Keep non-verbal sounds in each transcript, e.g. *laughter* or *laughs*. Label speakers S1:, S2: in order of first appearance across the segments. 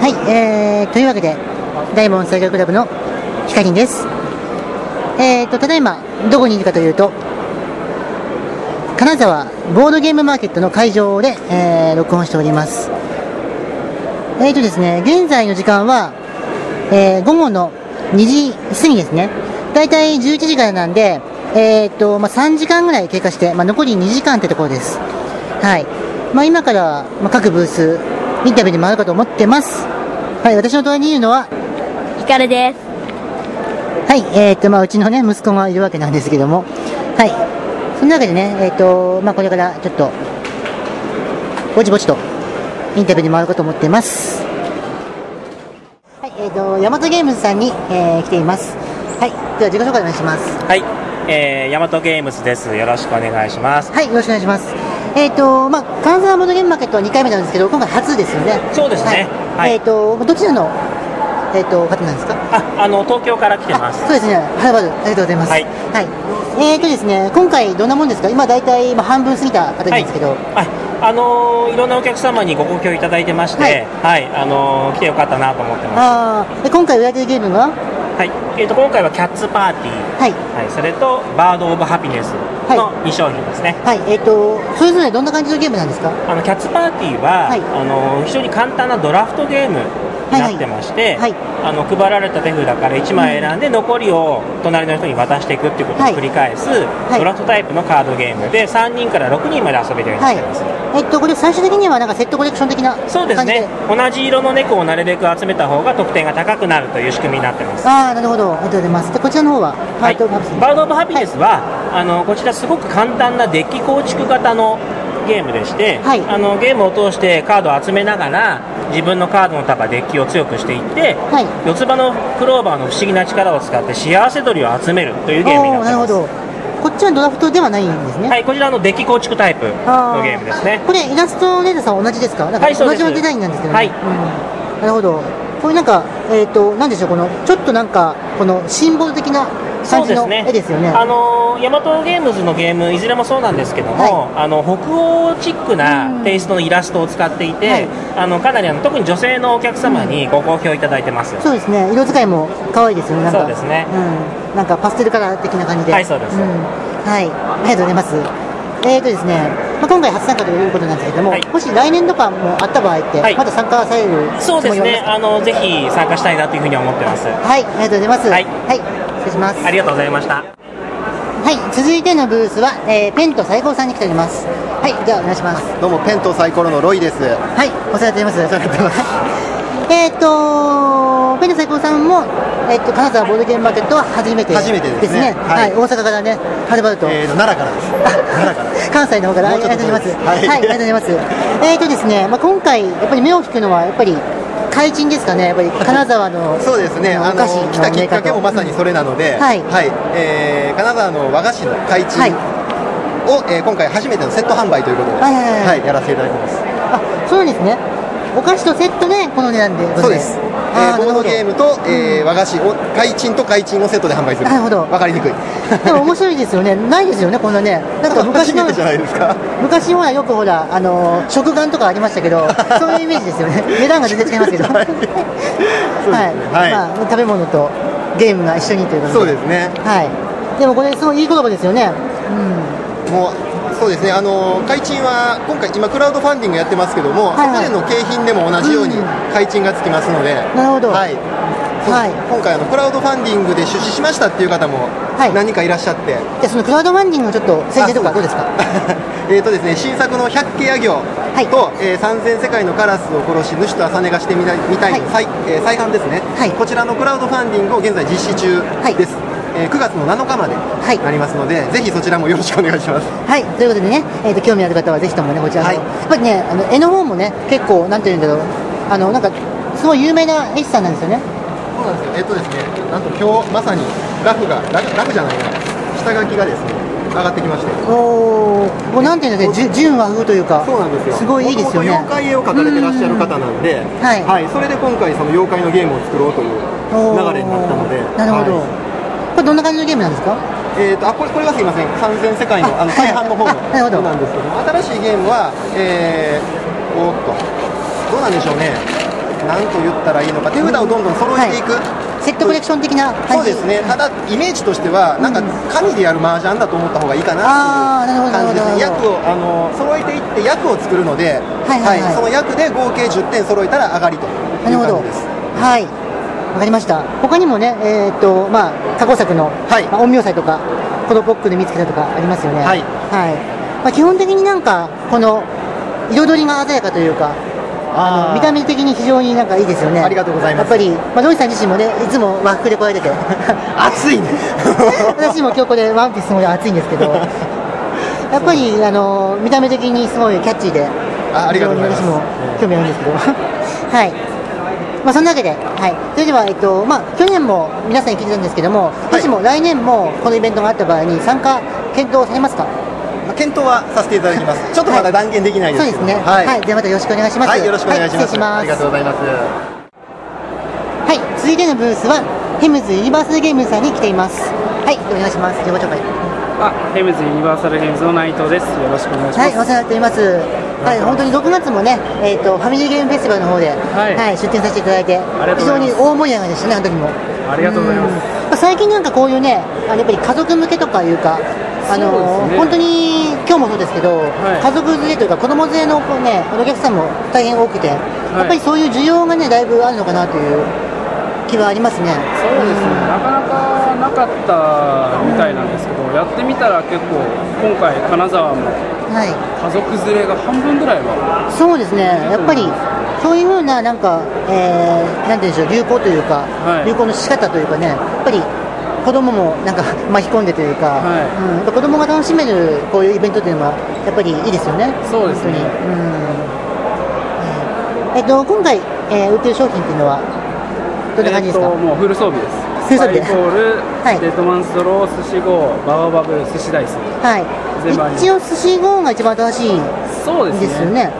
S1: はい、えー、というわけで、大門サイクルクラブのヒカリンです。えーと、ただいま、どこにいるかというと、金沢ボードゲームマーケットの会場で、えー録音しております。えーとですね、現在の時間は、えー午後の2時過ぎですね。だいたい11時からなんで、えーと、まあ、3時間ぐらい経過して、まあ、残り2時間ってところです。はい。まあ、今から、まあ、各ブース、インタビューに回るかと思ってます。はい、私の隣にいるのは、
S2: ひかるです。
S1: はい、えーと、まあ、うちのね、息子がいるわけなんですけども、はい。その中でね、えーと、まあ、これからちょっと、ぼちぼちと、インタビューに回ろうかと思ってます。はい、えーと、ヤマトゲームズさんに、えー来ています。はい、では自己紹介お願いします。
S3: はい、えー、ヤマトゲームズです。よろしくお願いします。
S1: はい、よろしくお願いします。えっ、と、まあ、金沢モードゲームマーケットは2回目なんですけど、今回初ですよね。
S3: そうですね
S1: は。
S3: はいい
S1: えっ、と、どちらの、えっ、と、方なんですか。
S3: あ、あの東京から来てま
S1: あ、
S3: す。
S1: そうですね。はい、まず、ありがとうございます。
S3: はい
S1: えっ、とですね、今回どんなもんですか。今だいたい、まあ、半分過ぎた形
S3: は、
S1: ないんですけど。
S3: はい、あのーいろんなお客様にご好評いただいてまして、
S1: は
S3: はいい、あのー来てよかったなと思ってます。
S1: ああ、で、今回売られてるゲームが。
S3: はい、えっ、と今回はキャッツパーティー、
S1: は
S3: は
S1: い。
S3: い、それとバードオブハピネスの
S1: は
S3: 2商品ですね。
S1: はい、えっ、と、それぞれどんな感じのゲームなんですか。
S3: あのキャッツパーティーは、
S1: はい
S3: あの非常に簡単なドラフトゲームになってまして、
S1: はいはい
S3: あの配られた手札から1枚選んで、残りを隣の人に渡していくっていうことを繰り返す、
S1: い
S3: ドラフトタイプのカードゲームで3人から6人まで遊べるようにな
S1: は
S3: っ
S1: い
S3: てます、。
S1: えっ、と、これ最終的にはなんかセットコレクション的な感じで。
S3: そうですね同じ色の猫をなるべく集めた方が得点が高くなるという仕組みになってます
S1: ああ、なるほど。ありがとうございます。で、こちらの方は、パ
S3: は
S1: ー
S3: い、
S1: ト
S3: バ
S1: オブハプス
S3: ード・オブ・ハピネスは、あのこちらすごく簡単なデッキ構築型のゲームでして、
S1: はい
S3: あのゲームを通してカードを集めながら自分のカードの束デッキを強くしていって、
S1: はい。
S3: 四つ葉のクローバーの不思議な力を使って幸せ鳥を集めるというゲームにな
S1: お
S3: っ
S1: ー
S3: て
S1: る
S3: ま
S1: ほ
S3: す
S1: どこっちはドラフトではないんですね、
S3: はいこちらのデッキ構築タイプのゲームですね
S1: これイラストレーザーさんは同じですかなんか
S3: はいそう
S1: 同
S3: です
S1: じのデザインなんですけどね、
S3: はい
S1: うんなるほどこれなんかえっ、となんでしょうこのちょっとなんかこのシンボル的な
S3: そ
S1: 感
S3: う
S1: じ
S3: で
S1: の
S3: すね
S1: 絵ですよね
S3: あのーヤマトゲームズのゲームいずれもそうなんですけども、あの北欧チック
S1: うん
S3: なテイストのイラストを使っていて、
S1: はい
S3: あのかなりあの特に女性のお客様にご好評いただいてます、
S1: そうですね色使いも可愛いですよねなんか
S3: そうですね
S1: うん、なんかパステルカラー的な感じでは
S3: はいそうです
S1: んはいありがとうございますえーとですね、まあ、今回初参加ということなんですけども、
S3: はい
S1: もし来年とかもあった場合って、
S3: はい
S1: まだ参加されるつ
S3: そう
S1: もりはありま
S3: ですす
S1: か
S3: ね、あのぜひ参加したいなというふうに思ってます。あ
S1: はい、ありがとうございます。は、
S3: はいい
S1: 失礼します。
S3: りがとうございました。
S1: はい、続いてのブースは、えーペンと最高さんに来ております。はい、じゃあお願いします。
S4: どうもペンとサイコロのロイです。は
S1: はい、お世話になっております。お世話になってます。えっ、ー、とペンと最高さんも、えっ、と、金沢ボードゲームマーケットは初めて。
S4: 初めてですね
S1: は、
S4: はいい
S1: 大阪からね、はるばると。
S4: *laughs* えーと、奈良からです。奈良からです。
S1: 関西の方からあ
S4: も
S1: り
S4: うちょ
S1: が
S4: っ
S1: と
S4: と
S1: うございます。は、
S4: はいい
S1: ありがとうございます。えっ、ー、とですね、まあ今回やっぱり目を引くのはやっぱり海鎮ですかね、やっぱり金沢の
S4: そうですね。あ
S1: お
S4: の
S1: 菓子の
S4: 来たきっかけもまさ
S1: メーカーと
S4: にそれなので、
S1: はい
S4: えー金沢の和菓子の開地
S1: はい
S4: を、えー今回初めてのセット販売ということで、
S1: はいはいはい
S4: やらせていただきます。
S1: あ、そうなんですね。お菓子とセットでこの値段で。
S4: そうです。えー
S1: あー
S4: ボードゲームと、えー
S1: うん
S4: 和菓子を開地と開地をセットで販売する。
S1: なるほど
S4: わかりにくい。
S1: でも面白いですよね。ないですよね、こんなね。なんか昔
S4: *laughs* 初め
S1: の
S4: てじゃないですか。
S1: 昔ほらよくほらあのー食玩とかありました
S4: *laughs*
S1: けど、そういうイメージですよね。値段が全然違いますけど。
S4: はいそうですねはい
S1: まあ食べ物とゲームが一緒にということ
S4: そ
S1: で。
S4: うですね。
S1: はい。でもこれすごいいい言葉ですよね。うん。
S4: もうそうですね、あの開賃は今回、今、クラウドファンディングやってますけども、
S1: はいはい
S4: 去年の景品でも同じように
S1: うん
S4: 開賃がつきますので、
S1: なるほど。
S4: はいそう
S1: はい
S4: 今回あの、クラウドファンディングで出資しましたっていう方も
S1: い
S4: 何人かいらっしゃって、
S1: じゃあそのクラウドファンディングのちょっと宣伝とか
S4: あ
S1: どうですか。
S4: えーとですね、新作の「百景夜行」
S1: い
S4: と「えー三千世界のカラスを殺し主と朝寝がしてみたい」みたいの再,、えー再販ですね、
S1: はい
S4: こちらのクラウドファンディングを現在実施中
S1: はい
S4: です、えー9月の7日まで
S1: い
S4: なりますので、ぜひそちらもよろしくお願いします。
S1: はい、ということでね、えー、と興味ある方はぜひともね、こちらの、
S4: はい
S1: やっぱりね、あの絵の方もね、結構、なんていうんだろう、あのなんか、すごい有名な絵師さんなんですよね。
S4: そうなんですよ。えっとですね、なんと今日まさにラフがラフラフじゃないな、下書きがですね上がってきまして。
S1: おー、もうなんていうんだろう、じゅ純和風というか、
S4: そうなんですよ。
S1: ごいいいですよね。
S4: 元々妖怪絵を描かれてらっしゃる方なんで、
S1: んはい
S4: それで今回その妖怪のゲームを作ろうという
S1: おー
S4: 流れになったので。
S1: なる
S4: は
S1: ほど、
S4: い
S1: これ、どんな感じのゲームなんですか、
S4: えーとあこれこれはすいません。三千世界の
S1: あ
S4: あの
S1: はい
S4: 大半の方の
S1: あ *laughs* なるほど
S4: そうなんですけども、新しいゲームは、えー、おーっとどうなんでしょうね。なんと言ったらいいのか、手札をどんどん揃えていく、
S1: セットコレクション的な
S4: そ
S1: 感
S4: う
S1: じ
S4: ですね、ただ、イメージとしては、なんか神でやる麻雀だと思った方がいいか
S1: あーなるほ
S4: な
S1: ど
S4: っていう感じですね、
S1: なるほ
S4: 役をあの揃えていって、役を作るので、
S1: はいはいはい
S4: その役で合計10点揃えたら上がりと
S1: ない
S4: う
S1: るほど
S4: 感じです。
S1: はいわかりました他にもねえーっとまあ過去作の、
S4: はい
S1: まあ、陰陽祭とかこのポックで見つけたとかありますよね
S4: はい
S1: はいまあ、基本的になんかこの彩りが鮮やかというか
S4: あー
S1: 見た目的に非常になんかいいですよね
S4: ありがとうございます
S1: やっぱり、まあ、ロイさん自身もねいつも和服で来られてて
S4: *laughs* 暑いね
S1: *laughs* 私も今日これワンピースすごい暑いんで
S4: *laughs*
S1: すけどやっぱりあの見た目的にすごいキャッチーで
S4: あありがとうございます
S1: 非常に私も興味あるんですけど *laughs* はいまあそんなわけで、はい、それでは、えっとまあ、去年も皆さんに聞いてたんですけども、
S4: い
S1: もしも来年もこのイベントがあった場合に参加検討されますか
S4: まあ検討はさせていただきます、ちょっとまだ断言できないで
S1: そう
S4: す
S1: で
S4: けど
S1: すね、は
S4: はいい、
S1: ではまたよろしくお願いします。
S4: はいよろしくお願いします,、
S1: は失礼します
S4: ありがとうございます。
S1: はい、続いてのブースはヘムズユニバーサルゲームズさんに来ています。はい、お願いします。自己紹介。
S2: あ、ヘムズユニバーサルゲームズの内藤です。よろしくお願いしま
S1: はい、お
S2: す。
S1: 世話になっています。はい、本当に6月もね、えっ、とファミリーゲームフェスティバルの方で、はいい、出展させていただい
S2: り
S1: て
S2: が、とうご
S1: 非常
S2: ざいます
S1: に大盛り上がりでしたね、あの時も。
S2: ありがとうございます。
S1: まあ最近なんかこういうね、あのやっぱり家族向けとかいうか、
S2: そ
S1: あ
S2: う
S1: の
S2: ですね
S1: 本当に今日もそうですけど、
S2: い
S1: 家族連れというか、子供連れのこう、ね、お客さんも大変多くて、やっぱりそういう需要がね、だいぶあるのかなという気はありますね。
S2: そうですね。なかなかなかったみたいなんですけど、やってみたら結構今回金沢も
S1: はい、
S2: 家族連れが半分ぐらいは。
S1: そうですね、やっぱりそういうふうな、なんか、えー、なんていうんでしょう、流行というか、
S2: はい
S1: 流行の仕方というかね、やっぱり子供もなんか *laughs* 巻き込んでというか、
S2: はい
S1: うん、やっぱ子供が楽しめるこういうイベントというのは、やっぱりいいですよね、
S2: そうですね
S1: 本当にうんえっと、今回、えー、売ってる商品というのは、どんな感じですか、
S2: えーともうフル装備です。
S1: フル装備で
S2: サイボール、
S1: はい
S2: デッドマンストロー、寿司号、バババブル、寿司ダイス。全部あ
S1: は
S2: り
S1: い、
S2: ます
S1: 一応、寿司号が一番新しいん
S2: そうですね。
S1: ですよね。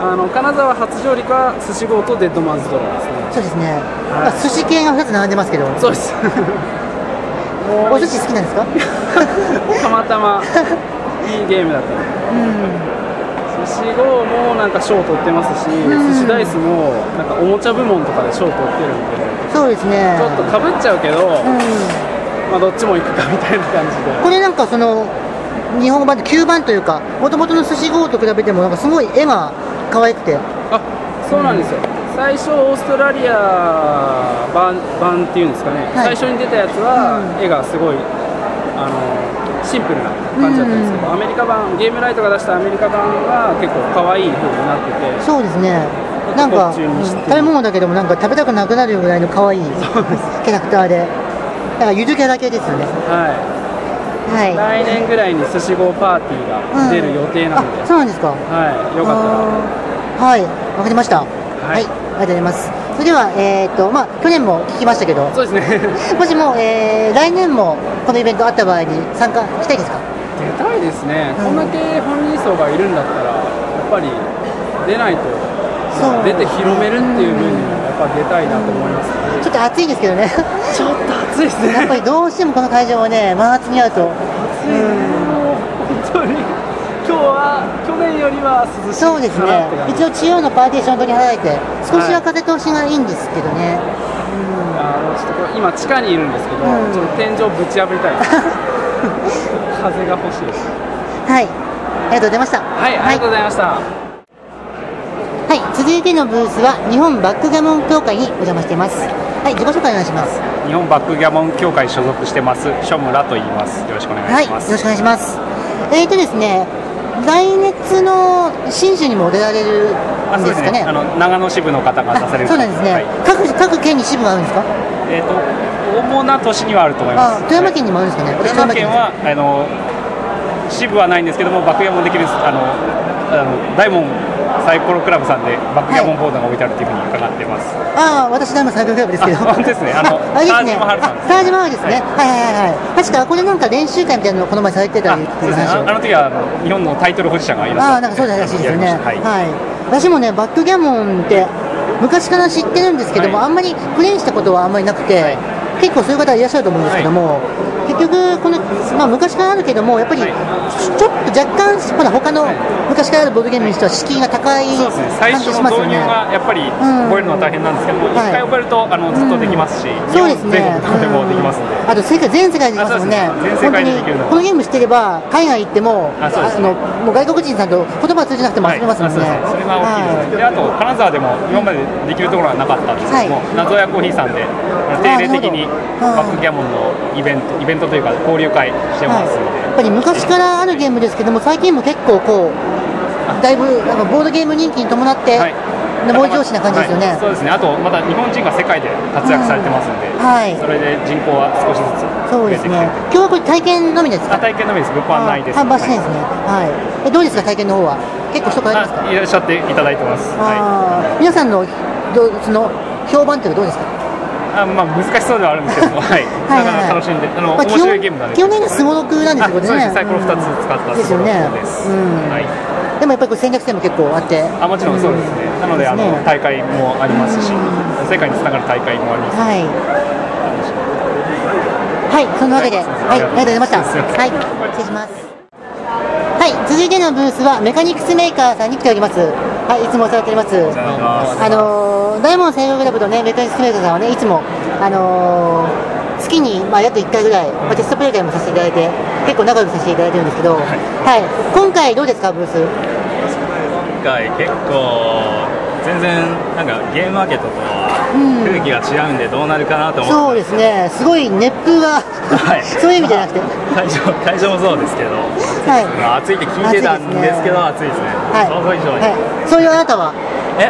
S2: あの金沢初上陸は寿司号とデッドマンストローですね。
S1: そうですね、まあ、寿司系が2つ並んでますけど、
S2: そう
S1: *laughs*
S2: です。
S1: お寿司好きなんですか
S2: たまたまいいゲームだったので。
S1: うん
S2: 寿司号もなんか賞取ってますし、
S1: ん
S2: 寿司ダイスもなんかおもちゃ部門とかで賞取ってるんで、
S1: そうですね。
S2: ちょっとかぶっちゃうけど、
S1: う
S2: まあ、どっちも行くかみたいな感じで、
S1: ん、これなんかその日本語版で9番というかもともとの寿司号と比べてもなんかすごい絵が可愛くて
S2: あそうなんですよ、最初、オーストラリア版版っていうんですかね、
S1: はい
S2: 最初に出たやつは、絵がすごいあのシンプルな感じだったんですけど、アメリカ版、ゲームライトが出したアメリカ版は結構可愛い風になってて、
S1: そうですねなん
S2: こ
S1: か
S2: っちにして
S1: うん食べ物だけでもなんか食べたくなくなるぐらいの可愛いキャラクターでだからゆるキャラ系ですよね
S2: は
S1: はい
S2: い、来年ぐらいに寿司号パーティーが出る予定なので。
S1: あそうなんです
S2: は
S1: か
S2: い、よかったら。
S1: あーはいわかりましたは
S2: い
S1: い、ありがとうございますそれではえー、っとまあ去年も聞きましたけど
S2: そうですね。
S1: もしも、えー、来年もこのイベントあった場合に参加したいですか
S2: *laughs* 出たいですね。
S1: うん
S2: こんだけ本人層がいるんだったら、やっぱり出ないと、ま
S1: そう
S2: あ出て広めるっていう分にも、やっぱ出たいなと思います。
S1: ちょっと暑いんですけどね
S2: ちょっと暑いです
S1: やっぱ
S2: ね。
S1: りどうしてもこの会場はね、真夏に合うと、
S2: 暑いね。もう本当に。今日は去年よりは涼しい
S1: そうです
S2: か
S1: ね
S2: なって感、じ
S1: 一応中央のパーティション取り払えて、少しは風通しがいいんですけどね、
S2: あのちょっとこれ今地下にいるんですけど、
S1: うん
S2: ちょっと天井ぶち破りたいです。 *laughs* 風が欲しいです。
S1: はい、ありがとうございました。
S2: はい、ありがとうございました。
S1: はい、続いてのブースは、日本バックガモン協会にお邪魔しています。はい、自己紹介お願いします。
S5: 日本バックギャモン協会所属してます諸村と言いますよろしくお願
S1: はいい、
S5: し
S1: よろ
S5: ま
S1: し
S5: す、
S1: くお願いします。えーとですね、来月の新州にも出られる
S5: あ
S1: ん
S5: そう
S1: で
S5: ですす
S1: か
S5: ね
S1: ね。
S5: あの長野支部の方が出される
S1: そうなんですね、
S5: はい
S1: 各各県に支部があるんですか、
S5: えっ、と主な都市にはあると思いま
S1: あ
S5: す
S1: 富山県にもあるんですかね、
S5: 富山県はあの支部はないんですけどもバックギャモンできるあのあの大門サイコロクラブさんでバックギャモンボードが置いてあるというふうに伺ってます、
S1: ああ、私、ダムサイクルクラブですけど。
S5: あ本当ですねあの
S1: ああれで
S5: タ
S1: すね。
S5: ージマハルさんですね
S1: タージマハルですね。はいはいはいはい。確か、これなんか練習会みたいなのをこの前されてた
S5: あ
S1: りって
S5: そう
S1: いう
S5: ですね
S1: 話
S5: あ
S1: を。
S5: あの時はあの日本のタイトル保持者がいらっしゃ
S1: あ
S5: っ
S1: あ、なんかそうだらしいですよね。
S5: やりました
S1: は。
S5: はいい
S1: 私もね、バックギャモンって、昔から知ってるんですけども、
S5: はい
S1: あんまりプレイしたことはあんまりなくて、結構そういう方いらっしゃると思うんですけども、結局この、まあ、昔からあるけども、やっぱりちょちょっと若干、ほら他の昔からあるボードゲームにしては敷居が高い
S5: そうですね、最
S1: 感じ
S5: 初
S1: し
S5: の
S1: ますよ
S5: 導入
S1: ね。
S5: がやっぱり
S1: ん
S5: 覚えるのは大変なんですけども、一、
S1: はい
S5: 回覚えるとあのずっとできますし、日
S1: そう
S5: 本
S1: ですね。
S5: 全国どこでもできますんで、
S1: うんあと世界全世界でできますもんね
S5: あそう。です全世界でできるの
S1: 本当にこのゲームしてれば海外行っても
S5: あそうですね
S1: のもう外国人さんと言葉通じなくても遊べますもんね。
S5: はいあそうですねそれが大きいです、であと金沢でも今までできるところはなかったんですけども、
S1: は
S5: 謎やコーヒーさんで定例的にバックギャモンのイベントイベントというか交流会して
S1: は
S5: ま
S1: い
S5: すので、
S1: やっぱり昔からあるゲームですけども最近も結構こうだいぶなんかボードゲーム人気に伴って
S5: はい
S1: 上り調子な感じですよね、
S5: はいそうですねあとまた日本人が世界で活躍されてますんで、
S1: はい
S5: それで人口は少しずつ
S1: そう
S5: 増
S1: で
S5: え
S1: す
S5: てきて
S1: ね今日はこれ体験のみです
S5: あ
S1: か
S5: 体験のみです物販ないです
S1: 販売してないですねはいえどうですか体験の方は結構人変わりますか
S5: あいらっしゃっていただいてますはい
S1: あー皆さんのどうその評判っていうのはどうですか
S5: あまあ難しそうではあるんですけども *laughs* はい
S1: はい
S5: なかなか楽しんであの、
S1: まあ
S5: 面白いゲームなんで
S1: 基本的にはすごろくなんですよ
S5: あそうですねサイコロ
S1: うん
S5: 二つ使った
S1: ですよね
S5: スゴロクです
S1: うん
S5: はい
S1: でもやっぱりこれ戦略性も結構あって
S5: あもちろんそうですね、なのであ
S1: ですね
S5: の大会もありますし、世界につながる大会もあります
S1: はい。はい、そんなわけで、は
S5: はいい、
S1: ありがとうございました。
S5: すいません
S1: はい、失礼します。はい、続いてのブースはメカニクスメーカーさんに来ております。はい、いつもお世話になっております。あのー、ダイモン専用クラブのね、メカニクスメーカーさんはね、いつも、あのー、月に、まあ、約1回ぐらい、まあ、テストプレイ会もさせていただいて、結構仲良くさせていただいてるんですけど、はい、今回どうですか、ブース。
S6: 今回結構全然なんかゲームマーケットと
S1: う
S6: は
S1: ん
S6: 空気が違うんでどうなるかなと思
S1: そ
S6: っ
S1: う
S6: て、
S1: ですね、すごい熱
S5: *laughs*
S1: 風が、
S6: はい
S1: そういう意味じゃなくて、は
S6: 会場会場もそうですけど、
S1: い。
S6: まあ暑いって聞いてたんですけど暑いですね
S1: はい、
S6: 想像以上に、
S1: はい、そういうあなたは、
S6: え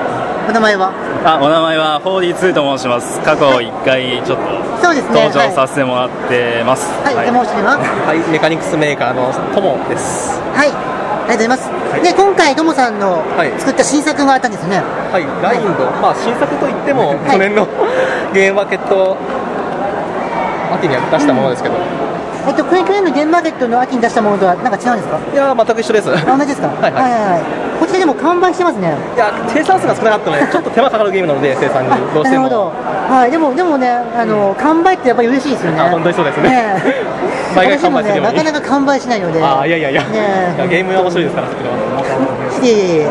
S1: お名前は、
S6: あお名前は 4D2 と申します過去1回ちょっと
S1: そうですね、
S6: 登場さ
S1: せ
S6: せてもらってます
S1: はい、はい、お申し上げます。
S7: はい、メカニクスメーカーのトモです。
S1: はい、ありがとうございます。で、今回、ともさんの
S7: はい
S1: 作った新作があったんですよね。は
S7: はい、ラインド、まあ新作といっても、
S1: い
S7: 去年の *laughs* ゲームマーケット秋に出したものですけど、い
S1: い、えっと、クイックエンドゲームマーケットの秋に出したものとは、なんか違うんですか。
S7: やー全く一緒です。い
S1: あ同じですか。
S7: *laughs* はいはい
S1: はいこちらでも完売してますね。
S7: や生産数が少なかったので、ちょっと手間かかるゲームなので生産
S1: あ
S7: にどうし
S1: な
S7: て
S1: るほど。
S7: も。
S1: はい、でも、でもね、あの、完売ってやっぱり嬉しいですよね。
S7: あ本当にそうですね
S1: え
S7: *laughs* 毎回完売する
S1: 私もね、
S7: よう
S1: な
S7: に
S1: かなか完売しないので。
S7: あーいやいやいや、
S1: ねえ
S7: いやゲームは面白いですから、それは。
S1: いえいえいえはい。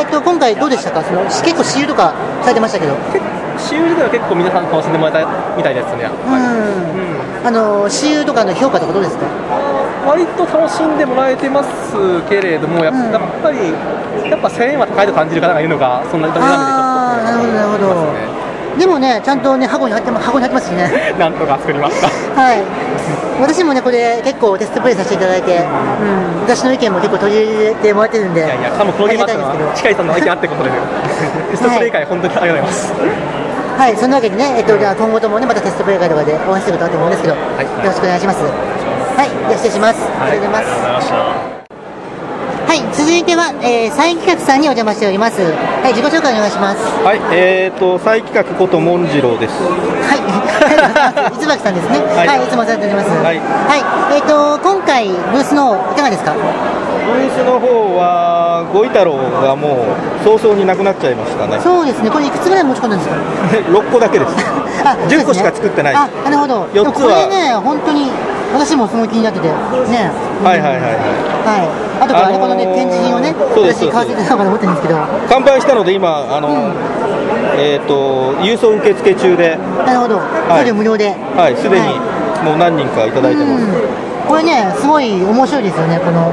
S1: えっと、今回どうでしたか、その、結構私有とかされてましたけど。
S7: CU 自体は結構皆さん楽しんでもらえたみたいですね。
S1: うん、あの私有とかの評価とかどうですか、
S7: 割と楽しんでもらえてますけれども、やっ
S1: うん
S7: やっぱり、やっぱ1000円は高いと感じる方がいるのが、そんなにダメ
S1: あ
S7: な
S1: ー
S7: んで、ち
S1: なる
S7: ょ
S1: ほ
S7: っと、
S1: ど、なるほど、でもね、ちゃんとね、箱に入ってます箱に入ってますしね、
S7: *laughs* なんとか作りました。
S1: はい、私もね、これ、結構テストプレイさせていただいて、うん、私の意見も結構取り入れてもらってるんで、
S7: いやいや、多分このゲームあったの
S1: ありが
S7: は、
S1: たいです
S7: 近
S1: けど
S7: いさんの意見あってことで、テストプレイ会、本当にありがとうございます。
S1: はい、そんなわけでね、えっと、じゃあ今後ともね、またテストプレイ会とかでお会いすることあると思うんですけど、よろしくお願いします。はい、じゃあ失礼します。ありがとうございます。はい、続いては、えー、サイン企画さんにお邪魔しております。はい、自己紹介お願いします。 *laughs*
S8: はい、えーと、再企画こともんじろうです。
S1: はい、いつばきさんですね。は、
S8: はいい
S1: い、つもお世話になっております。は、
S8: はいい
S1: えっ、と、今回ブースの方いかがですか。
S8: ブースの方は、ごい太郎がもう早々になくなっちゃいましたね。
S7: *laughs*
S1: そうですね、これいくつぐらい持ち込んだんですか。
S8: 6個だけです。
S1: *laughs* あ
S8: 10個しか作ってない
S1: あ、なるほど。
S8: 四つは
S1: でもこれね、本当に、私もすごい気になってて、ね。
S8: はいはいはいは
S1: はい、あとから、
S8: あのー
S1: このね、展示品をね、
S8: そうです。
S1: 私買わせていただこうかと思ってるんですけど。ない
S8: 完売したので、今、あの、えーと、郵送受付中で、
S1: るほど、
S8: い
S1: 送料無料で。
S8: はい、すでに
S1: は
S8: もう何人かいただいてます。
S1: これね、すごい面白いですよね、この、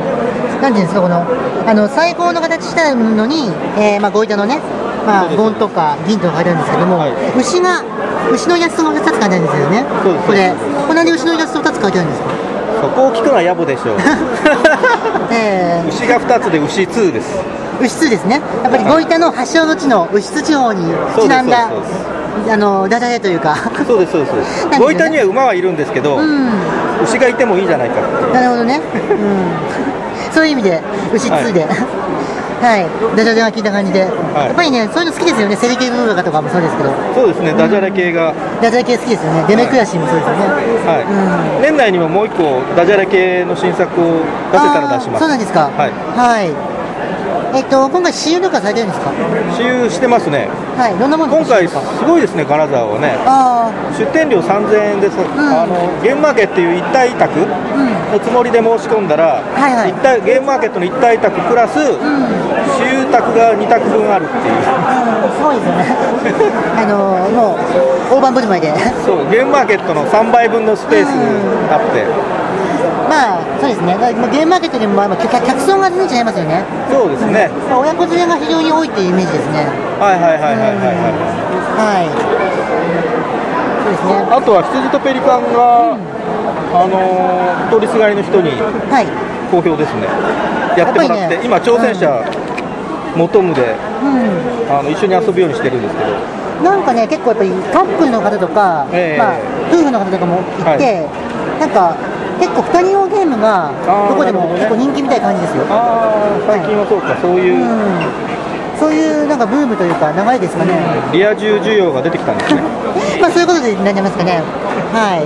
S1: なんていうんですか、この、あの最高の形したのに、えーまあ、ゴイタのね、まあ、
S8: そうです
S1: ゴンとか銀とか入るんですけども、
S8: はい
S1: 牛が、牛のイラストが2つ書いてあるんですよね、
S8: そうです
S1: これ、これなんで牛のイラスト2つ書いてあるんですか、
S8: そこを聞くのは野暮でしょう。
S1: *laughs* え
S8: 牛が2つで牛2です。
S1: ー、牛2ですね、やっぱりゴイタの発祥の地の牛津地方にちなんだ
S8: そうですそ、
S1: あのダジャレというか、
S8: そうです、そうですそうです
S1: なんで。ね
S8: ごいたには馬はいるんですけど、
S1: うん、
S8: 牛がいてもいいじゃないかって。
S1: なるほどね、うん、そういう意味で、牛2で。はい、ダジャレが聞いた感じで、
S8: い
S1: やっぱりね、そういうの好きですよね、セリ系文化とかもそうですけど、
S8: そうですね、ダジャレ系が。
S1: ダジャレ系好きですよね、デメクラシーもそうですよね。
S8: はい、年内にももう一個ダジャレ系の新作を出せたら出します
S1: あーそうなんですか。
S8: はい
S1: はい。えっと、今回 CM とかされてるんですか
S8: 私有してますね
S1: はい、どんなもの
S8: 今回す
S1: か
S8: ごいですね金沢はね
S1: あ
S8: 出店料3000円です、あのゲームマーケットっていう一体委託
S1: あ、うん、
S8: のつもりで申し込んだら、
S1: はいはい
S8: 一体ゲームマーケットの一体委託プラス、
S1: うん、
S8: 私有宅が2宅分あるっていう
S1: あーすごいです
S8: *laughs*
S1: よね。あのもう、大盤振る舞いで。
S8: そうゲームマーケットの3倍分のスペース
S1: うん
S8: あって、
S1: まあ、そうですね、だからまあゲームマーケットでも、まあ、客客層が全然違いますよね。
S8: そうですね、
S1: まあ親子連れが非常に多いっていうイメージですね。
S8: はいはいはいはいはいはい、
S1: はい。そうですね。
S8: あとは羊とペリカンが、あのー通りすがりの人に
S1: はい。
S8: 好評ですね、やってもら
S1: やっぱ
S8: って、
S1: りね
S8: 今、挑戦者、求むで
S1: う
S8: あの一緒に遊ぶようにしてるんですけど、
S1: ん。なんかね、結構やっぱりカップルの方とか、
S8: ええ
S1: まあ、夫婦の方とかもいて、なんか、結構二人用ゲームが
S8: あー
S1: どこでも
S8: な
S1: 結
S8: る
S1: 構
S8: ほどね
S1: 人気みたいな感じですよ。。
S8: あー最近はそうか、そういううん
S1: そういうなんかブームというか流れですかね。
S8: リア充需要が出てきたんですね。
S1: まあそういうことになりますかね。はい。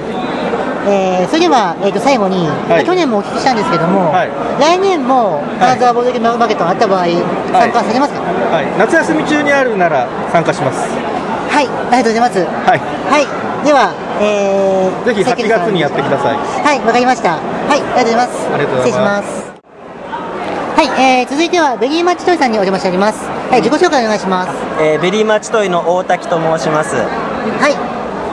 S1: えー、それでは、えー、と最後に、
S8: い
S1: 去年もお聞きしたんですけども、
S8: はい
S1: 来年も金沢ボードゲームマーケットがあった場合、参加されますか、は
S8: はい、夏休み中にあるなら参加します。
S1: い、ありがとうございます。は
S8: はい、
S1: い、では、えー、
S8: ぜひ8月にやってください。
S1: はい、わかりました。はい、ありがとうございます。。
S8: ありがとうございます
S1: 失礼します。はい、えー、続いてはベリーマッチトイさんにお邪魔しております。はい、自己紹介お願いします。
S9: えーベリーマッチトイの大滝と申します
S1: はい、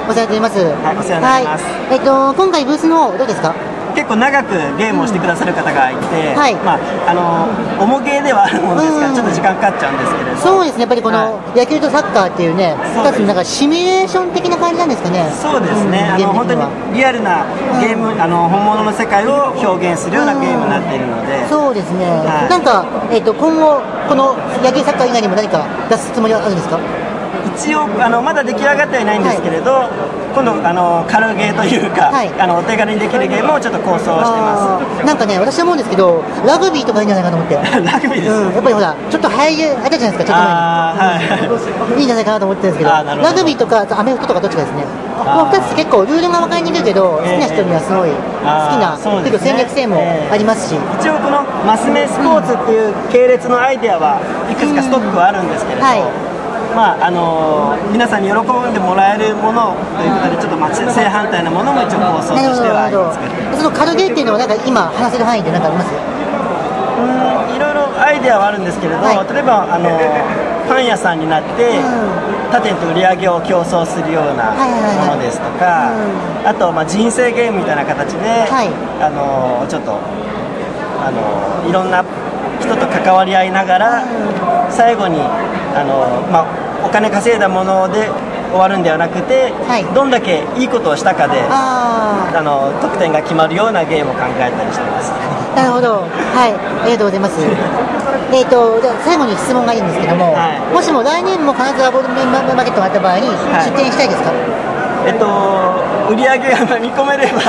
S1: お世話になっております。
S9: はいお世話になります
S1: はいえっ、と、今回ブースの方どうですか。
S9: 結構長くゲームをしてくださる方がいて、
S1: はい
S9: まああの重芸ではあるものですから、
S1: うん
S9: ちょっと時間かかっちゃうんですけれど
S1: そうですね、やっぱりこの
S9: は
S1: 野球とサッカーっていうね、
S9: そう
S1: 二
S9: で
S1: つ
S9: す
S1: のなんかシミュレーション的な感じなんですかね。
S9: そうですね、
S1: うん
S9: あ
S1: ゲー
S9: の
S1: ム
S9: 本
S1: 的
S9: 当
S1: には
S9: にリアルなゲーム、あの本物の世界を表現するようなゲームになっているので、
S1: そうですね。
S9: はい
S1: なんか、えっ、と、今後、この野球サッカー以外にも何か出すつもりはあるんですか。
S9: 一応あのまだ出来上がってはいないんですけれど、今度あの軽ゲーというか、
S1: はい
S9: あのお手軽にできるゲームをちょっと構想してま
S1: あーなんかね、私は思うんですけど、ラグビーとかいいんじゃないかなと思って。
S9: す。 *laughs* ラグビーです。
S1: うん、やっぱりほら、ちょっと早い、あったじゃないですか、ちょっと前に。
S9: あーはい。
S1: いいんじゃないかなと思ってるんですけど、
S9: あーなるほ
S1: ラ
S9: ど
S1: グビーとかあとアメフトとかどっちかですね、
S9: あー
S1: 2つ結構ルールが分かりにくいけど、好きな人にはすごい好きな
S9: あー、そうですね
S1: 結構戦略性もありますし、
S9: 一応このマス目スポーツっていう系列のアイデアはいくつかストックはあるんですけれど、
S1: はい
S9: まああのー皆さんに喜んでもらえるものということでちょっとまち正反対なものも一応構想と
S1: なるほ
S9: して
S1: ど、
S9: は
S1: な
S9: あり
S1: るほ
S9: ますけど
S1: ど、その軽ゲーっていうのは、なんか今、話せる範囲でなんかあります
S9: うんいろいろアイデアはあるんですけれど、
S1: はい
S9: 例えばあのーパン屋さんになって、
S1: う
S9: 他店と売り上げを競争するような
S1: はいはいはい
S9: ものですとか、あと、まあ、人生ゲームみたいな形で、
S1: はい
S9: あのーちょっとあのーいろんな人と関わり合いながら、最後にあのー、まあ、お金稼いだもので終わるんではなくて、
S1: はい
S9: どんだけいいことをしたかで。
S1: あ
S9: あのー得点が決まるようなゲームを考えたりしてます。
S1: ー、なるほど、はい、ありがとうござい
S9: *laughs*
S1: ます。えー、とじゃあ最後に質問がいいんですけども、
S9: はい
S1: もしも来年も金沢ボールマーケットがあった場合に、
S9: い
S1: 出店したいですか、
S9: えっと、売り上げが見込めれば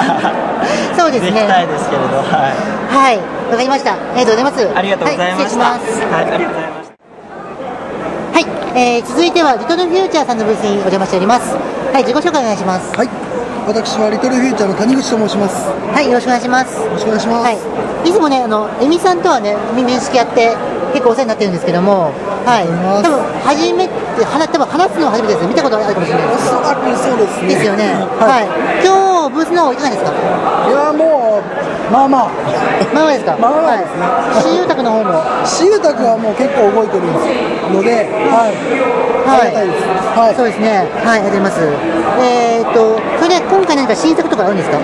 S1: そう
S9: *laughs*
S1: で
S9: ですき
S1: ね、
S9: たいですけれど、は
S1: はい、わかりました、ありがとうございます。
S9: い、ありがとうございました。
S1: はい、失礼します
S9: はい、ありがとうございました。
S1: はい、えー続いてはリトルフューチャーさんのブースにお邪魔しております。はい、自己紹介お願いします。
S10: はい、私はリトルフューチャーの谷口と申します。よ
S1: はい、よろしくお願いします。
S10: ろしくお願いします。
S1: はい、いつもね、あの、えみさんとはね、み面識あって、結構お世話になってるんですけども。はい、
S10: ありが
S1: 多
S10: とう
S1: 分、初めて、はな、多分話すのは初めてです。見たことあるかもしれない
S10: お
S1: で
S10: そらくそうですね。
S1: す。ですよね。
S10: は。
S1: はいい、今日ブースの方いかがですか。
S10: い、やもうまあま
S1: まあまあですか。
S10: まあまあですね
S1: はい、私有宅の方も。
S10: あ、シータクはもう結構動いてるので、はい、ありがたいです。はい。
S1: そうですね。はい、ありがとうございます。えーっと、それで、今回何か新作とかあるんですか。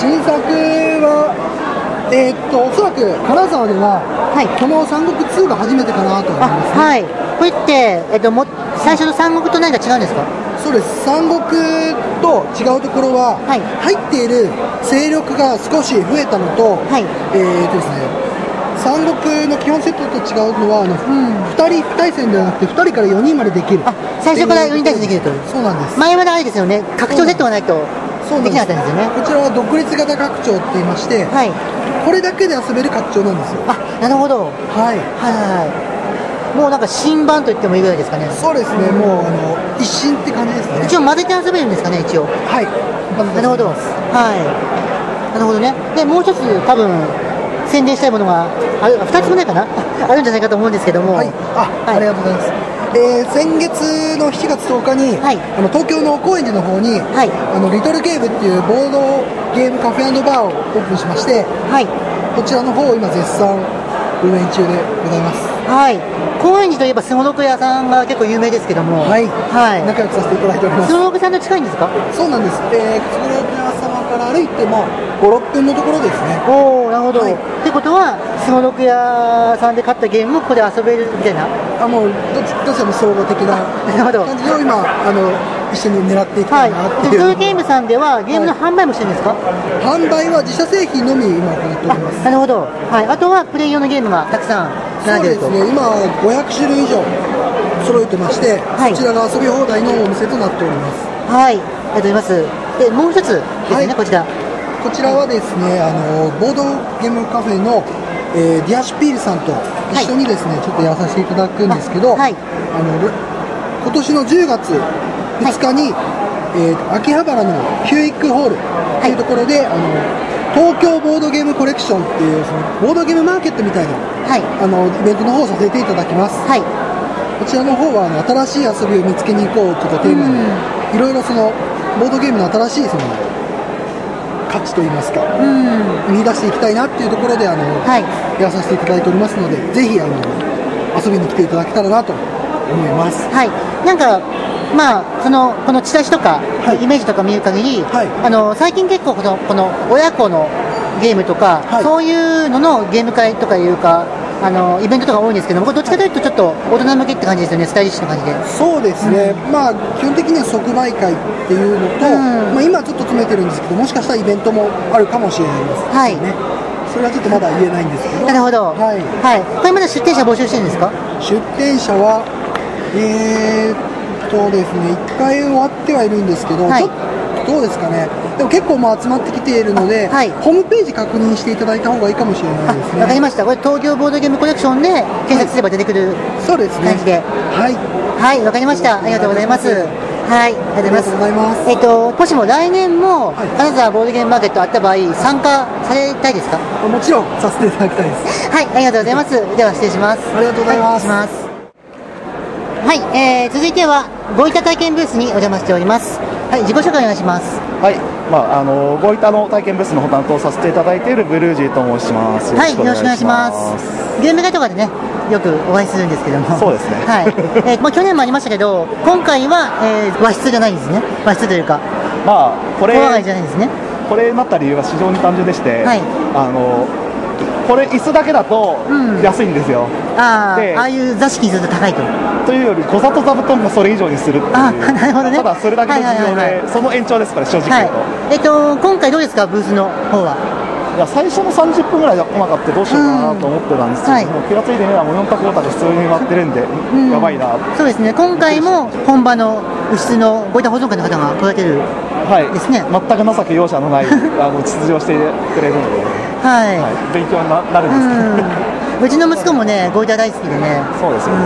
S10: 新作はえーっとおそらく金沢では
S1: はい。
S10: この三国2が初めてかなと思い
S1: あ
S10: ます、ね。
S1: はい、これって、えっと、も最初の三国と何か違うんですか、
S10: そうです三国と違うところは、
S1: はい
S10: 入っている勢力が少し増えたのと、
S1: はい
S10: えーとですね三国の基本セットと違うのは、あの2人2対戦ではなくて2人から4人までできる
S1: あ最初から4人対戦できるという
S10: そうなんです、
S1: 前まであれですよね、拡張セットがないと
S10: そうなん
S1: できなかったんですよね。
S10: こちらは独立型拡張って言いまして、
S1: はい、
S10: これだけで遊べる拡張なんですよ
S1: あなるほど、はい
S10: はい
S1: はい、もうなんか新版と言ってもいいぐらいですかね、
S10: そうですねもうあの一新って感じですね
S1: 一応混ぜて遊べるんですかね、一応。
S10: はい
S1: なるほど、はい、なるほどね、でもう一つ、多分宣伝したいものが、あ2つもないかな、あ *laughs* あるんじゃないかと思うんですけども、
S10: あ、ありがとうございます。えー先月の7月10日に、あの東京の高円寺の方に、あのリトルゲームっていうボードゲームカフェバーをオープンしまして、こちらの方を今絶賛運営中でございます。
S1: はい、高円寺といえばすごろく屋さんが結構有名ですけども、はい、
S10: 仲良くさせていただいております
S1: すごろくさんと近いんですか
S10: そうなんです。えー、くつぐろく屋様から歩いても5、6分のところですね。
S1: おお、なるほど。ってことは、すごろく屋さんで買ったゲームもここで遊べるみたいな
S10: あもうどっちどちらも総合的な感じを今あの一緒に狙っていきたいなって
S1: リ
S10: いう、
S1: トルゲームさんではゲームの販売もしてるんですか、
S10: 販売は自社製品のみ今行っております
S1: なるほど、はい、あとはプレイ用のゲームがたくさん並んでると
S10: そうですね今500種類以上揃えてまして、そちらが遊び放題のお店となっております
S1: はいありがとうございますでもう一つですね、こちら
S10: こちらはですねあのボードゲームカフェの、えーディアシュピールさんと一緒にですね、ちょっとやらさせていただくんですけどあ、のろ今年の10月2日に、えー秋葉原のヒューイックホールというところで、あの東京ボードゲームコレクションっていうそのボードゲームマーケットみたいな、あのイベントの方をさせていただきます、こちらの方はあの新しい遊びを見つけに行こうとかテーマにいろいろそのボードゲームの新しいその価値といいますか、見出していきたいなっていうところであの、やらさせていただいておりますのでぜひあの遊びに来ていただけたらなと思います
S1: はいなんかまあそのこのチラシとか、イメージとか見る限り、あの最近結構このこの親子のゲームとか、そういうののゲーム会とかいうかあのイベントとか多いんですけどもこれどっちかというとちょっと大人向けって感じですよねスタイリッシュな感じで
S10: そうですね、まあ基本的には即売会っていうのと、まあ、今ちょっと詰めてるんですけどもしかしたらイベントもあるかもしれないです、
S1: はい
S10: それはちょっとまだ言えないんですけど
S1: なるほど
S10: はい、
S1: これまだ出店者募集してるんですか
S10: 出店者はえー、っとですね1回終わってはいるんですけど、ちょっとどうですかねでも結構もう集まってきているので、ホームページ確認していただいた方がいいかもしれないですね
S1: わかりましたこれ東京ボードゲームコレクションで検索すれば出てくる
S10: そうです
S1: 感じで
S10: はい
S1: はいわかりましたありがとうございますはいありがとうございますえっともしも来年も金沢ボードゲームマーケットあった場合参加されたいですか
S10: もちろんさせていただきたいです
S1: はいありがとうございますでは失礼します
S10: ありがとうございます
S1: はい失礼しますはい、えー続いてはごいた体験ブースにお邪魔しておりますはい自己紹介お願いします
S11: はい、まああのごいたの体験ブースの方担当させていただいているブルージーと申します。
S1: はいよろしくお願いしますゲーム会とかでねよくお会いするんですけども
S11: そうですね。
S1: はい、えーまあ、去年もありましたけど、今回は、えー和室じゃないんですね、和室というか、
S11: まあこれ
S1: 小上がりじゃないんですね。
S11: これになった理由は非常に単純でして、
S1: はい
S11: あのこれ椅子だけだと安いんですよ。
S1: あ
S11: で
S1: あ、ああいう座敷にすると高いと。は
S11: というより小里座布団がそれ以上にするっていう。
S1: あ *laughs* なるほどね
S11: ただそれだけの事情で、
S1: はいはいはいは
S11: その延長ですから正直言うと。
S1: い、えっ、と、今回どうですか、ブースの方は。
S11: いや最初の30分ぐらいじゃ来なかったどうしようかなと思ってたんですけど、もう気がついてみればもう4択5択普通に回ってるんで、やばいなって
S1: そうですね、今回も本場の牛のごいた保存会の方が来られてる。
S11: はい、ですね。全く情け容赦の
S1: *laughs*
S11: ないあの秩序をしてくれるので、
S1: はい。
S11: はい、勉強にななるんですけど、
S1: うん、うちの息子もね、ごいた大好きでね。
S11: そうですよね。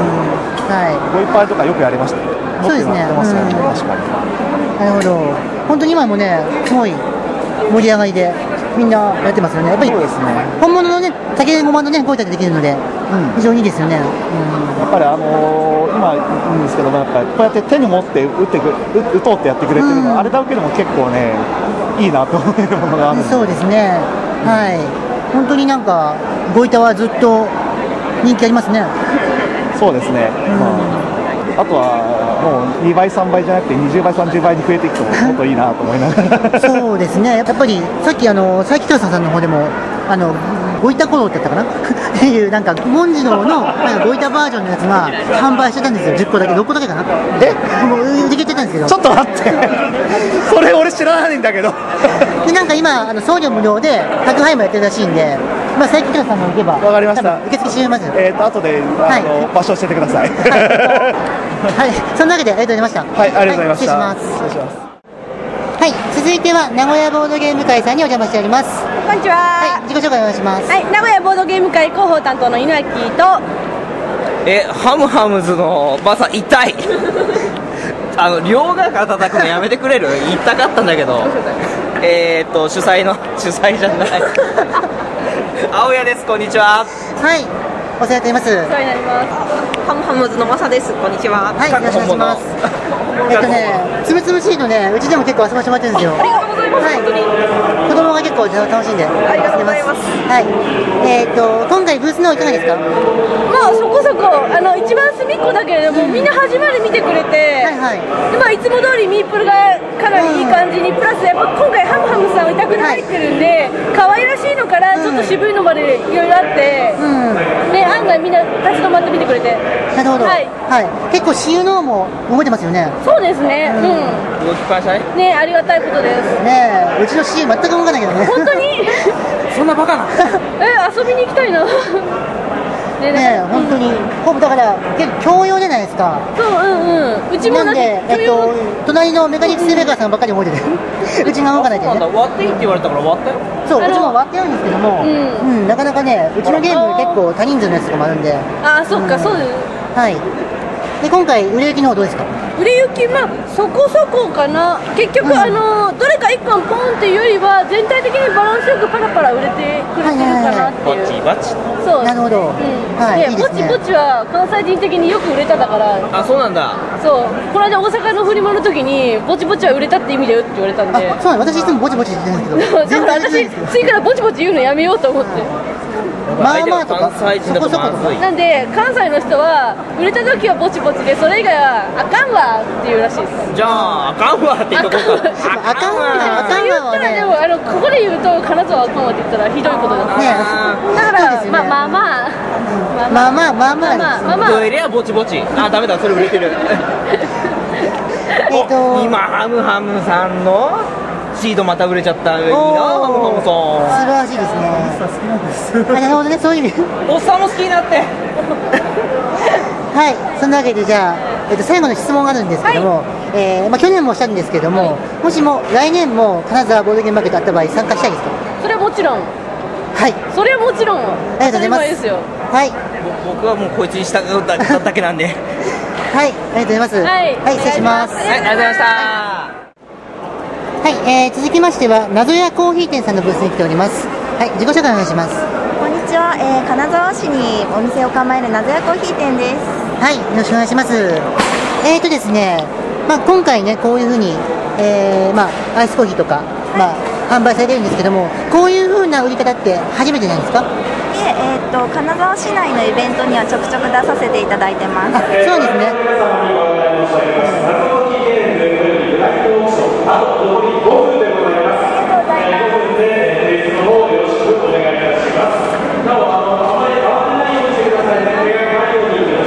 S1: は
S11: ごいっぱいとかよくやりましたね。
S1: そうですね
S11: よくやってますよね、
S1: うん
S11: 確かに。
S1: い、なるほど。本当に今もね、すごい盛り上がりで、みんなやってますよね。やっぱり
S11: そうですね。
S1: 本物のね、竹ごまのね、ごいたでできるので、非常にいいですよね。
S11: やっぱりあのー今いいんですけども、やっぱりこうやって手に持って打ってく打打とうってやってくれてるの、あれだけでも結構ね、いいなと思えるものがあるんで
S1: そうですね。はい。本当になんか、ごいたはずっと人気ありますね。
S11: そうですね、まあ、あとはもう2倍、3倍じゃなくて、20倍、30倍に増えていくと、もっといいなと思いなが
S1: *laughs*
S11: ら、
S1: そうですね。やっぱり、さっきあの、佐伯さんさんの方でも、あの、ごいたころってやったかな *laughs* っていう、なんか、文字のの、なんかごいたバージョンのやつが販売してたんですよ。10個だけ、6個だけかな。えもう、売り切れてたんですけど。
S11: ちょっと待って、それ俺知らないんだけど、
S1: でなんか今あの送料無料で宅配もやってるらしいんで、まあ、佐伯倉さんも行けばわかりました受付してます
S11: えっ、と後であの、場所教えてください。
S1: はいそんなわけでありがとうございましたはい
S11: ありがとうございました
S1: 失礼しますはい続いては名古屋ボードゲーム会さんにお邪魔しております
S12: こんにちは、
S1: 自己紹介お願いします
S12: はい、名古屋ボードゲーム会広報担当の井上貴と
S7: えハムハムズのバサ痛い *laughs* あの両側から叩くのやめてく *laughs* れる言いたかったんだけどえーっ *laughs* と主催の主催じゃない青谷ですこんにちは
S1: はいお世話になっています。
S13: お世話になります。ハムハムズのマサです。こんにちは。
S1: はい、よろしくお願いします。えっとね、つぶつぶしいのね、うちでも結構遊ばせてもらってるんですよ。ありがとうございます。はい、子供が結構楽しんで。ありがとうございます。はい、えっと、今回ブースの方いかがですか。
S12: まあそこそこあの一番隅っこだけれども、みんな端まで見てくれて、でまあいつも通りミープルがかなりいい感じに、プラスやっぱ今回ハムハムさんお宅に入ってるんで、可愛らしいのからちょっと渋いのまでいろいろあって、ね案外みんな立ち止まって見てくれて、
S1: なるほど。
S12: は
S1: はいい、結構親友の方も覚えてますよね。
S12: そうですね、うん、
S7: 動きっぱなしない
S12: ねありがたいことです。
S1: ねえ、うちの親友全く動かないけどね。
S12: 本当に
S1: *laughs* そんなバカな。 *laughs*
S12: え遊びに行きたいなね
S1: ねえ、本当に、ほぼだから、結構教養じゃないですか。
S12: そううんうんうちも
S1: なんで、えっと、隣のメカニックスメーカーさんばっかり覚えてて、う *laughs* ちが動かないけどね。
S7: 割っていいって言われたから割ったよ
S1: そう、うちも割ってあるんですけども、うん、なかなかね、うちのゲーム結構多人数のやつとかもあるんで。
S12: あそっか、そうです
S1: はい。で、今回、売れ行きの方どうですか。
S12: 売れ行きまあそこそこかな結局、あのどれか一本ポンっていうよりは全体的にバランスよくパラパラ売れてくれてるかなって
S7: バ
S12: いう、
S7: チバチ
S12: そう
S1: なるほど。
S12: うん
S1: はい
S12: で
S1: いいですね
S12: ぼちぼちは関西人的によく売れただから
S7: あそうなんだ *laughs*
S12: そうこの間大阪のフリマの時にぼちぼちは売れたって意味だよって言われたんで
S1: あ、そうなの、私いつもぼちぼち言ってるんですけど。
S12: だから私次からぼちぼち言うのやめようと思って
S1: まあまあとか、そこそこ。
S12: なんで関西の人は売れた時はぼちぼちでそれ以外はあかんわっていうらしいです
S7: じゃああかんわって言っとこうか
S1: あかんわあかんわは
S12: ただ
S1: ね
S12: でもあのここで言うと金沢あかんわって言ったらひどいことだ
S1: ね
S12: だから、まあまあまあ
S1: まあまあまあま
S12: *laughs* まあまあ
S1: あ
S12: まあ
S7: どうやりゃぼちぼちあダメだそれ売れてるお今ハムハムさんのシードまた売れちゃったいいなハム
S1: 素
S7: ハ
S1: 晴らしいですね。あなるほどね、そういう意味。
S7: ムさんおっさんも好きになって
S1: はい、そんなわけでじゃあ、えっと、最後の質問があるんですけども、えーまあ、去年もしたんですけども、もしも来年も金沢ボードゲームマーケットあった場合参加したいですか
S12: それはもちろん
S1: はい
S12: それはもちろん
S1: ありがとうございます
S12: 当たり前ですよ
S1: はい
S7: 僕はもうこいつに従うだだけなんで
S1: はい、ありがとうございますはい、失礼します
S7: はいありがとうございました
S1: はい、えー続きましては謎屋コーヒー店さんのブースに来ておりますはい、自己紹介お願いします
S14: こんにちは、えー金沢市にお店を構える謎屋コーヒー店です。
S1: はい、よろしくお願いしますえーとですね、まあ、今回ね、こういうふうに、えーまあ、アイスコーヒーとか、まあ、販売されてるんですけどもこういうふうな売り方って初めてなんですか
S14: で、えーっと金沢市内のイベントにはちょくちょく出させていただいてます。
S1: そうですね。ちょっ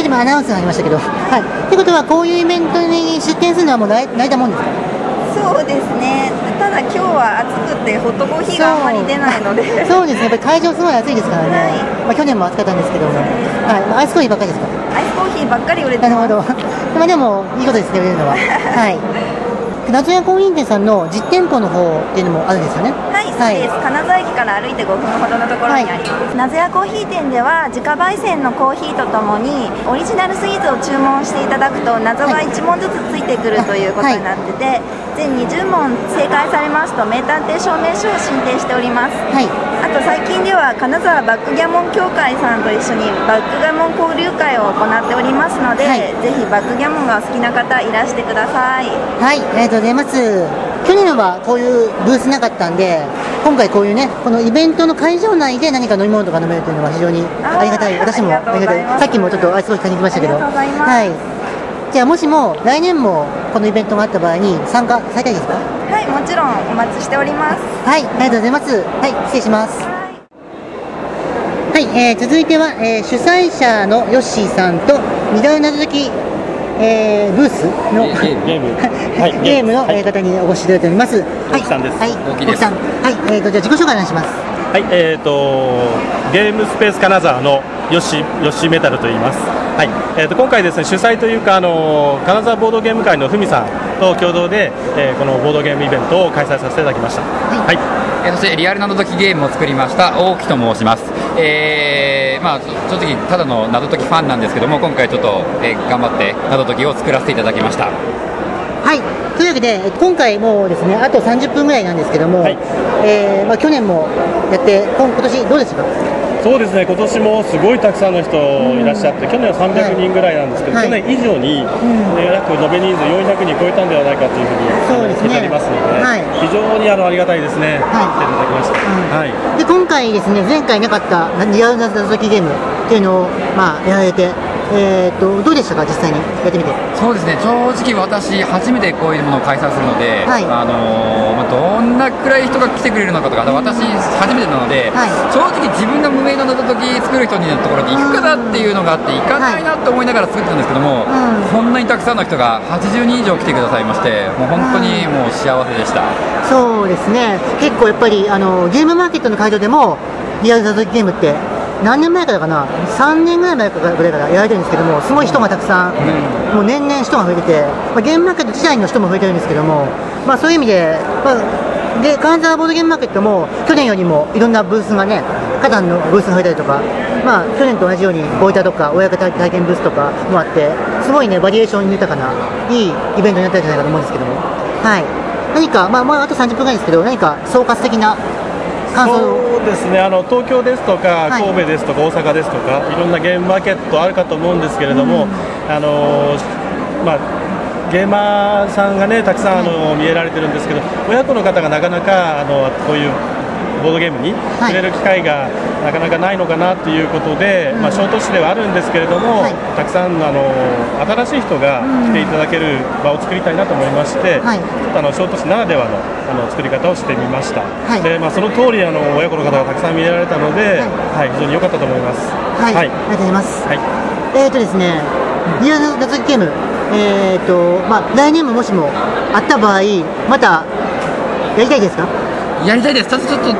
S1: と今アナウンスがありましたけど、はい。ってことはこういうイベントに出店するのはもうないないだもんですか。
S14: そうですね。ただ今日は暑くてホットコーヒーがあんまり出ないので、
S1: そうですね。やっぱり会場すごい暑いですからね。まあ去年も暑かったんですけども、はい。まあアイスコーヒーばっかりですか。
S14: アイスコーヒーばっかり売れて
S1: なるほど。まあでもいいことですね売れるのは。はい。謎屋コーヒー店さんの実店舗の方っていうのもあるんですよね。
S14: はい、そうです。金沢駅から歩いて5分ほどのところにあります。なぜやコーヒー店では自家焙煎のコーヒーとともにオリジナルスイーツを注文していただくと謎が1問ずつついてくるということになってて、全20問正解されますと名探偵証明書を申請しております。あと最近では金沢バックギャモン協会さんと一緒にバックギャモン交流会を行っておりますので、ぜひバックギャモンがお好きな方いらしてください。
S1: はい、ありがとうございます。去年はこういうブースなかったんで、今回こういうね、このイベントの会場内で何か飲み物とか飲めるというのは非常にありがたい。私もありがたい。さっきもちょっとアイスコーヒー買いに来ましたけど。はい。じゃあもしも来年もこのイベントがあった場合に参加されたいですか
S14: はい、もちろんお待ちしております。 *laughs*
S1: はい、ありがとうございます。はい、失礼します。はい、えー続いては、えー主催者のヨッシーさんと二大謎解き、えーブースの
S15: ゲー
S1: *laughs*
S15: ム、
S1: はい、ゲームのえー方にお越しいただいております。はい、さんです。はい、
S15: 木です
S1: さん。はい、えっ、とじゃあ自己紹介お願いします。
S15: はい、えっ、とゲームスペース金沢のヨッシーヨッシーメタルと言います。はい、えっ、と今回ですね主催というかあの金沢ボードゲーム会のふみさんと共同で、えーこのボードゲームイベントを開催させていただきました。はい。
S16: えーそしてリアル謎解きゲームを作りました大木と申します、えーまあ、ちょ正直ただの謎解きファンなんですけども今回ちょっと、えー頑張って謎解きを作らせていただきました
S1: はい、というわけで、今回もうですね、あと30分ぐらいなんですけども、えーまあ、去年もやって、今今年どうでしたか
S15: そうですね、今年もすごいたくさんの人いらっしゃって、去年は300人ぐらいなんですけど、
S1: はい
S15: 去年以上に、えー約延べ人数400人超えたんではないかというふうに
S1: そうですね
S15: 聞いてありますので、
S1: はい
S15: 非常にあのありがたいですね、来ていただきました。はい
S1: で今回ですね、前回なかったなリアルな謎解きゲームっていうのを、まあ、やられて、えー、とどうでしたか、実際にやってみて。
S16: そうですね、正直私、初めてこういうものを開催するので、
S1: はい
S16: あのーまあ、どんなくらい人が来てくれるのかとか、私、初めてなので、正直、自分が無名の謎解き作る人にのところに行くかなっていうのがあって、行かないなと思いながら作ってたんですけども、こんなにたくさんの人が80人以上来てくださいまして、もう本当にもう幸せでした。
S1: そうですね、結構やっぱりあのゲームマーケットの会場でも、リアル謎解きゲームって、何年前からかな、3年ぐらい前からぐらいからやられてるんですけども、すごい人がたくさん、もう年々人が増えてて、まあ、ゲームマーケット自体の人も増えてるんですけども、まあ、そういう意味で、まあ、で金沢ボードゲームマーケットも、去年よりもいろんなブースがね、花壇のブースが増えたりとか、まあ、去年と同じように、ボイタとか、親方体験ブースとかもあって、すごいね、バリエーション豊かな、いいイベントになったんじゃないかと思うんですけども。はい何か、まあ、まああと30分ぐらいですけど、何か総括的な感想を、
S15: そうですねあの東京ですとか、
S1: はい
S15: 神戸ですとか大阪ですとかいろんなゲームマーケットあるかと思うんですけれども、あのまあゲーマーさんがねたくさんあの、見えられてるんですけど親子の方がなかなかあのこういうボードゲームに触れる機会がなかなかないのかなということで、まあ、小都市ではあるんですけれども、たくさんあの新しい人が来ていただける場を作りたいなと思いまして、
S1: はい
S15: あの小都市ならではのあの作り方をしてみました、
S1: い
S15: でまあ、その通りあの親子の方がたくさん見られたので、はい非常に良かったと思います。
S1: はい、ありがとうございます。えっ、ー、とですね、リアル謎解きゲーム、えっ、ー、と、まあ、来年ももしもあった場合、またやりたいですか
S16: やりたいです、ただちょっと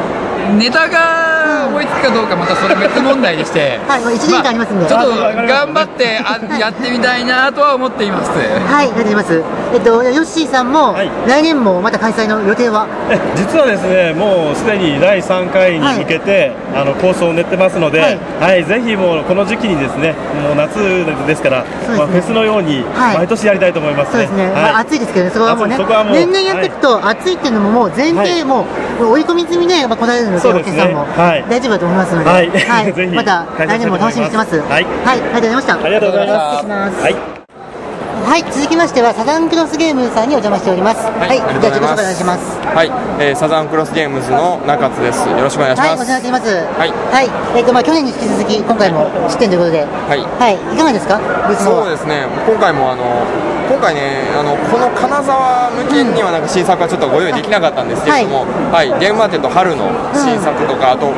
S16: ネタが思いつくかどうか、またそれ別問題でして、
S1: はい、もう1年間ありますんで、
S16: ちょっと頑張ってあやってみたいなとは思っています。
S1: はい、ありがとうございます。えっ、と、ヨッシーさんも、来年もまた開催の予定は
S15: え実はですねもうすでに第3回に向けて、あの構想を練ってますので、はいぜひもうこの時期にですねもう夏ですから
S1: ね
S15: まあ、フェスのように
S1: はい
S15: 毎年やりたいと思います
S1: そう
S15: ね。
S1: ですね、まあ、
S15: はい
S1: 暑いですけどね、そこはもうね、
S15: 暑いそこはもう
S1: 年々やっていくと、暑いっていうのももう前提、もう追い込み済みで、まあ、こられるので、
S15: そう
S1: お
S15: です
S1: 客
S15: ね
S1: さんも、
S15: はい
S1: 大丈夫だと思いますので、
S15: はい *laughs*
S1: はい、また来年も楽しみにしてます。はい、はい、ありがとうございました。
S15: ありがとうございます
S1: 失礼します。はい、続きましては、サザンクロスゲームズさんにお邪魔しております。はい、
S17: あり
S1: じゃ
S17: がとう
S1: あ、自己
S17: ござい
S1: 紹介お願いします。
S17: はい、えーサザンクロスゲームズの中津です。よろしくお願いし
S1: はい、お
S17: ます。
S1: 邪魔しています。はいい、えっ、と、まあ、去年に引き続き、今回も出店ということで、
S17: はい。
S1: はい、いかがですか。
S17: そうですね。今回もあの今回ねあのこの金沢向けにはなんか新作はちょっとご用意できなかったんですけれども、はい、ゲームマーケット春の新作とか、あと、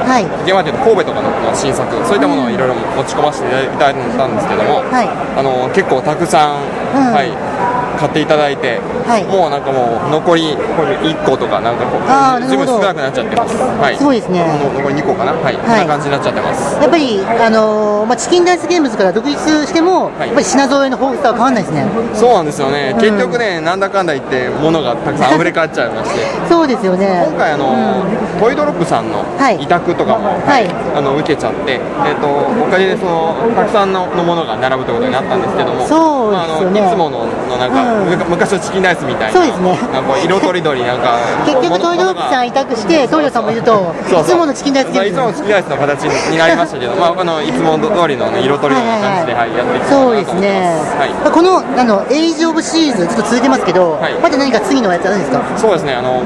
S17: ゲームマーケット神戸とかの新作そういったものをいろいろ持ち込ませていただいたんですけども、
S1: はい
S17: あの結構たくさん、
S1: うん
S17: はい買っていただいて、
S1: はい
S17: もうなんかもう残りこれ1個とかなんかこう
S1: あーなる
S17: 随分
S1: ほど
S17: 少なくなっちゃってます。はい。
S1: すごいですね
S17: もう残り2個かな。はい。こんな感じになっちゃってます。
S1: やっぱり、あのーまあ、チキンダイスゲームズから独立しても、やっぱり品揃えの豊富さは変わらないですね。
S17: そうなんですよね、
S1: うん
S17: 結局ね、なんだかんだ言って、物がたくさん溢れ返っちゃいまして、
S1: そうですよね。
S17: 今回あの、トイドロップさんの
S1: はい
S17: 委託とかも、
S1: はい
S17: あの受けちゃって、えっとおかげでそのたくさんののものが並ぶということになったんですけども、
S1: そう
S17: まあ
S1: です
S17: あ
S1: よね
S17: のいつもののなんか、
S1: うん
S17: むか昔のチキンライスみたいな、
S1: そうですね
S17: なんかこう色とりどり、なんか、
S1: 結局、トイ
S17: 物
S1: レロップさん委託して、トイレさんもいると、
S17: そうそう
S1: いつものチキンダイスゲ
S17: まあ、
S1: ー
S17: いつ
S1: ム
S17: もの
S1: ズ。
S17: チキンライスの形になりま
S1: *laughs*
S17: したけど、まあ、あのいつも通りの、ね、色とりどりの感じで、はいやっていきたいなと
S1: そう
S17: 思い
S1: で
S17: ます
S1: すね。
S17: はい
S1: まあこの、あの、エイジオブシリーズ、ちょっと続いてますけど、また何か次のやつあるんですか。
S17: そうですね、あの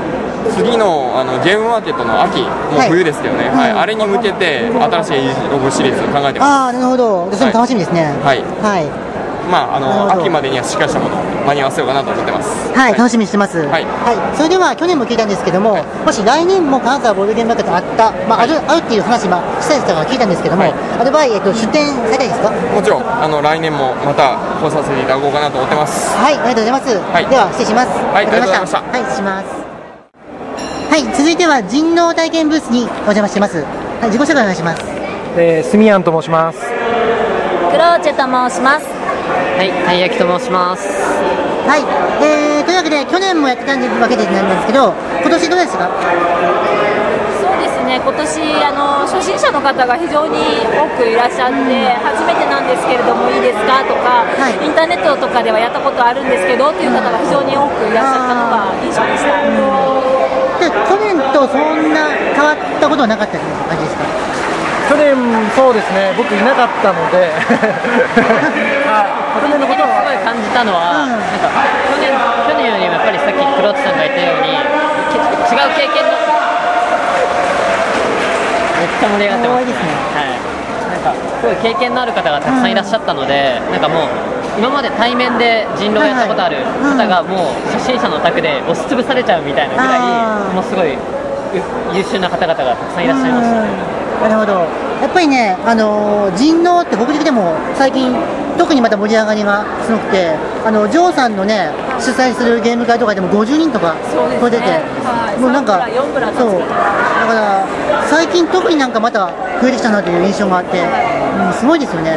S17: 次のあのゲームマーケットの秋、もう
S1: はい
S17: 冬ですけどね、はいあれに向けて、新しいオブシリーズ考えて
S1: あ
S17: ま
S1: あ、なるほど、それも楽しみですね。
S17: す。はい、
S1: はい、
S17: まああ
S1: なるほ
S17: の
S1: ど
S17: 秋までにはしっかりしたものを間に合わせようかなと思ってます。
S1: はい、楽しみにしてます。はい、それでは去年も聞いたんですけども、もし来年も金沢ボードゲームマーケットあった、まあ、ある、あるっていう話、まあ、したりとから聞いたんですけども、ある場合、えっと、出店されたいですか。
S17: もちろんあの来年もまた来させていただこうかなと思ってます。
S1: はい、ありがとうございます。では、失礼します。
S17: はい
S1: わかりましたはい、失礼します。はい、続いては人狼体験ブースにお邪魔してます。はい、自己紹介お願いします。
S18: えー、スミアンと申します。
S19: クローチェと申しますはいたい焼きと申します
S1: はい、えー、というわけで、去年もやってたんでわけでなんですけど、今年どうですか。
S19: そうですね今年あの初心者の方が非常に多くいらっしゃって初めてなんですけ
S20: けれどもいいですかとか、インターネットとかではやったことあるんですけどという方が非常に多くいらっしゃったのが印象でした。
S1: で去年とそんな変わったことはなかった感じですか
S18: 去年そうですね僕いなかったの
S1: *laughs*
S18: で
S21: 去年のことをすごい感じたのは、なんか去年去年よりもやっぱりさっきクロッチさんが言ったようにけ違う経験のめっちゃ盛り上がってますねはいなんかすごい経験のある方がたくさんいらっしゃったので、なんかもう今まで対面で人狼やったことある方がもう初心者のお宅で押しつぶされちゃうみたいなぐらいもうすごいう優秀な方々がたくさんいらっしゃいましたね
S1: なるほどやっぱりね、あのー人狼って北陸でも最近特にまた盛り上がりがすごくてあのジョーさんのね主催するゲーム会とかでも50人とか超えてて、
S20: はい
S1: もうなんか
S20: 三部ら四部ら
S1: そうだから最近特になんかまた増えてきたなという印象があって、うん、すごいですよね、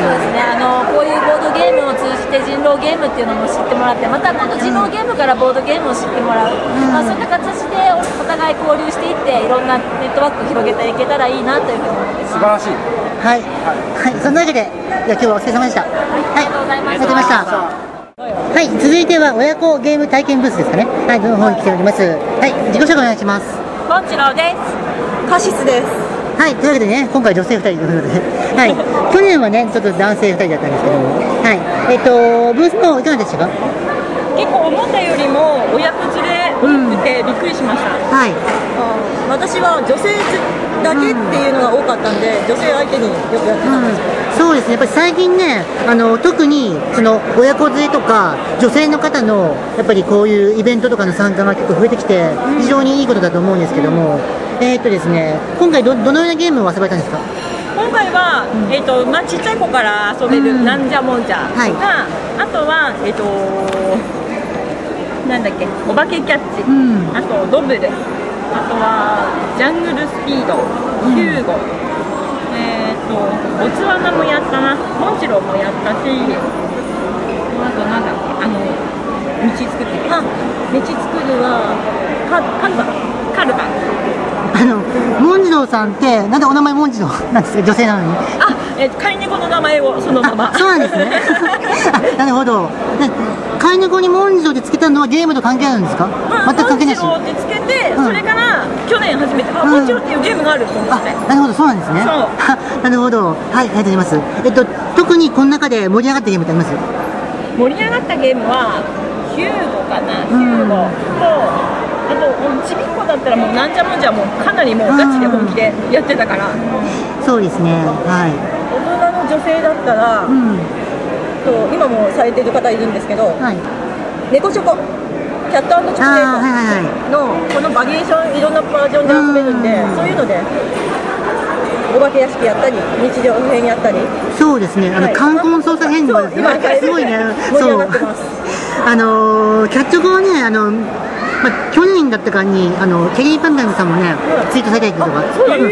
S20: そうですねあのこういうボードゲームを通じて人狼ゲームっていうのも知ってもらってまた今度人狼ゲームからボードゲームを知ってもらう、まあ、そういった形でお互い交流していっていろんなネットワークを広げていけたらいいなというふうに思ってます
S2: 素晴らしい
S1: はい、はい、そんなわけでじゃあ今日はお疲れ様でしたはい、ありがとうございましたはい、続いては親子ゲーム体験ブースですかねはい、どの方に来ておりますはい、自己紹介お願いします
S22: ボンチローです。カシスです。
S1: はい、というわけでね、今回女性2人ということで、 *laughs* はい、去年はね、ちょっと男性2人だったんですけども、はい、えっ、と、ブースの方いかがでしたか
S22: 結構思ったよりも親子連れ多くてびっくりしました。
S1: はい、
S22: うん私は女性だけっていうのが多かったんで、女性相手によくやってたんですけど。
S1: そうですね、やっぱり最近ね、あの特にその親子連れとか、女性の方のやっぱりこういうイベントとかの参加が結構増えてきて、非常にいいことだと思うんですけども、えーっとですね、今回ど、どのようなゲームを遊ばれたんですか
S22: 今回は、えっ、と、まあ、ちっちゃい子から遊べるなんじゃもんじゃが、あとは、えっ、となんだっけ、お化けキャッチ、あとドブル、あとはジャングルスピード、ヒューゴ、えっ、と、ボツワナもやったな、モンチロもやったし、あとなんだっけ、あの、道作ってる。あ、道作るは、カカルバ、カルバ。
S1: あの、モンジローさんって、なんでお名前モンジローなんですか、女性なのに。
S22: あ、えっ、と、飼い猫の名前をそのまま。
S1: そうなんですね。あ *laughs* なるほど。ね飼い猫にモンジローでつけたのはゲームと関係あるんですか
S22: まあ、
S1: 全く関係ないし。
S22: モンチローってつけて、それから去年初めて、あ、モンチローっていうゲームがあると思って。
S1: なるほど、そうなんですね。は *laughs* なるほど。はい、ありがとうございます。えっと、特にこの中で盛り上がったゲームってあります
S22: 盛り上がったゲームはヒューゴかな、ヒューゴとあともうちびっこだったらもうなんじゃもんじゃもうかなりもうガチで本気でやってたから、
S1: そうですね。は
S22: 大人の女性だったら、と今もされてる方いるんですけど、猫チョコキャットチョコレートのこのバリエーションいろんなバージョンで遊べるんで、そういうのでお化け屋敷やったり日常編やったり
S1: い。そうですね。あの、
S22: はい
S1: 冠婚捜査編にもですね
S22: 今今
S1: すごいね。
S22: 盛り
S1: そ
S22: 上が
S1: う
S22: ってます。
S1: あのーキャッチョコはね、あの、まあ、去年だったかに、あの、ケリー・パンパンさんもね、ツイートされたりとか、
S22: そうなんで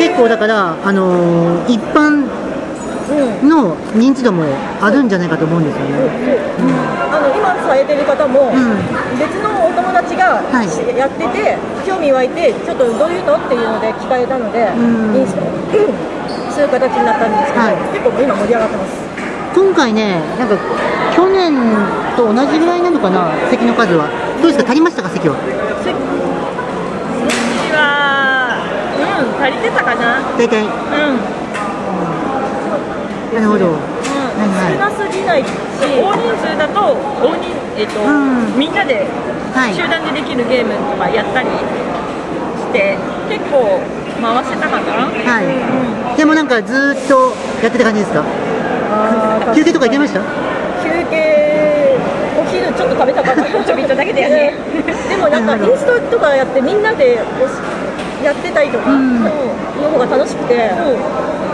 S22: すか
S1: 結構だから、あのー一般の認知度もあるんじゃないかと思うんですよね。
S22: あの今されてる方も、別のお友達がしやってて、興味湧いてちょっとどういうのっていうので聞かれたので、インスタうんそういう形になったんですけど、結構今盛り上がってます
S1: 今回ね、なんか、去年と同じぐらいなのかな、席の数は。どうですか、足りましたか、席は。
S22: 私はうん足りてたかな
S1: 大体。
S22: うん
S1: なるほど。
S22: 少なすぎないし大人数だと大人、えっとみんなで集団でできるゲームとかやったりして、結構回せたかな、
S1: はい。でもなんか、ずーっとやってた感じですか休憩とか行けました
S22: 休憩お昼ちょっと食べたからちょびっとだけだよねでもなんかインストとかやってみんなでおしやってたりとか、うんの方が楽しくて、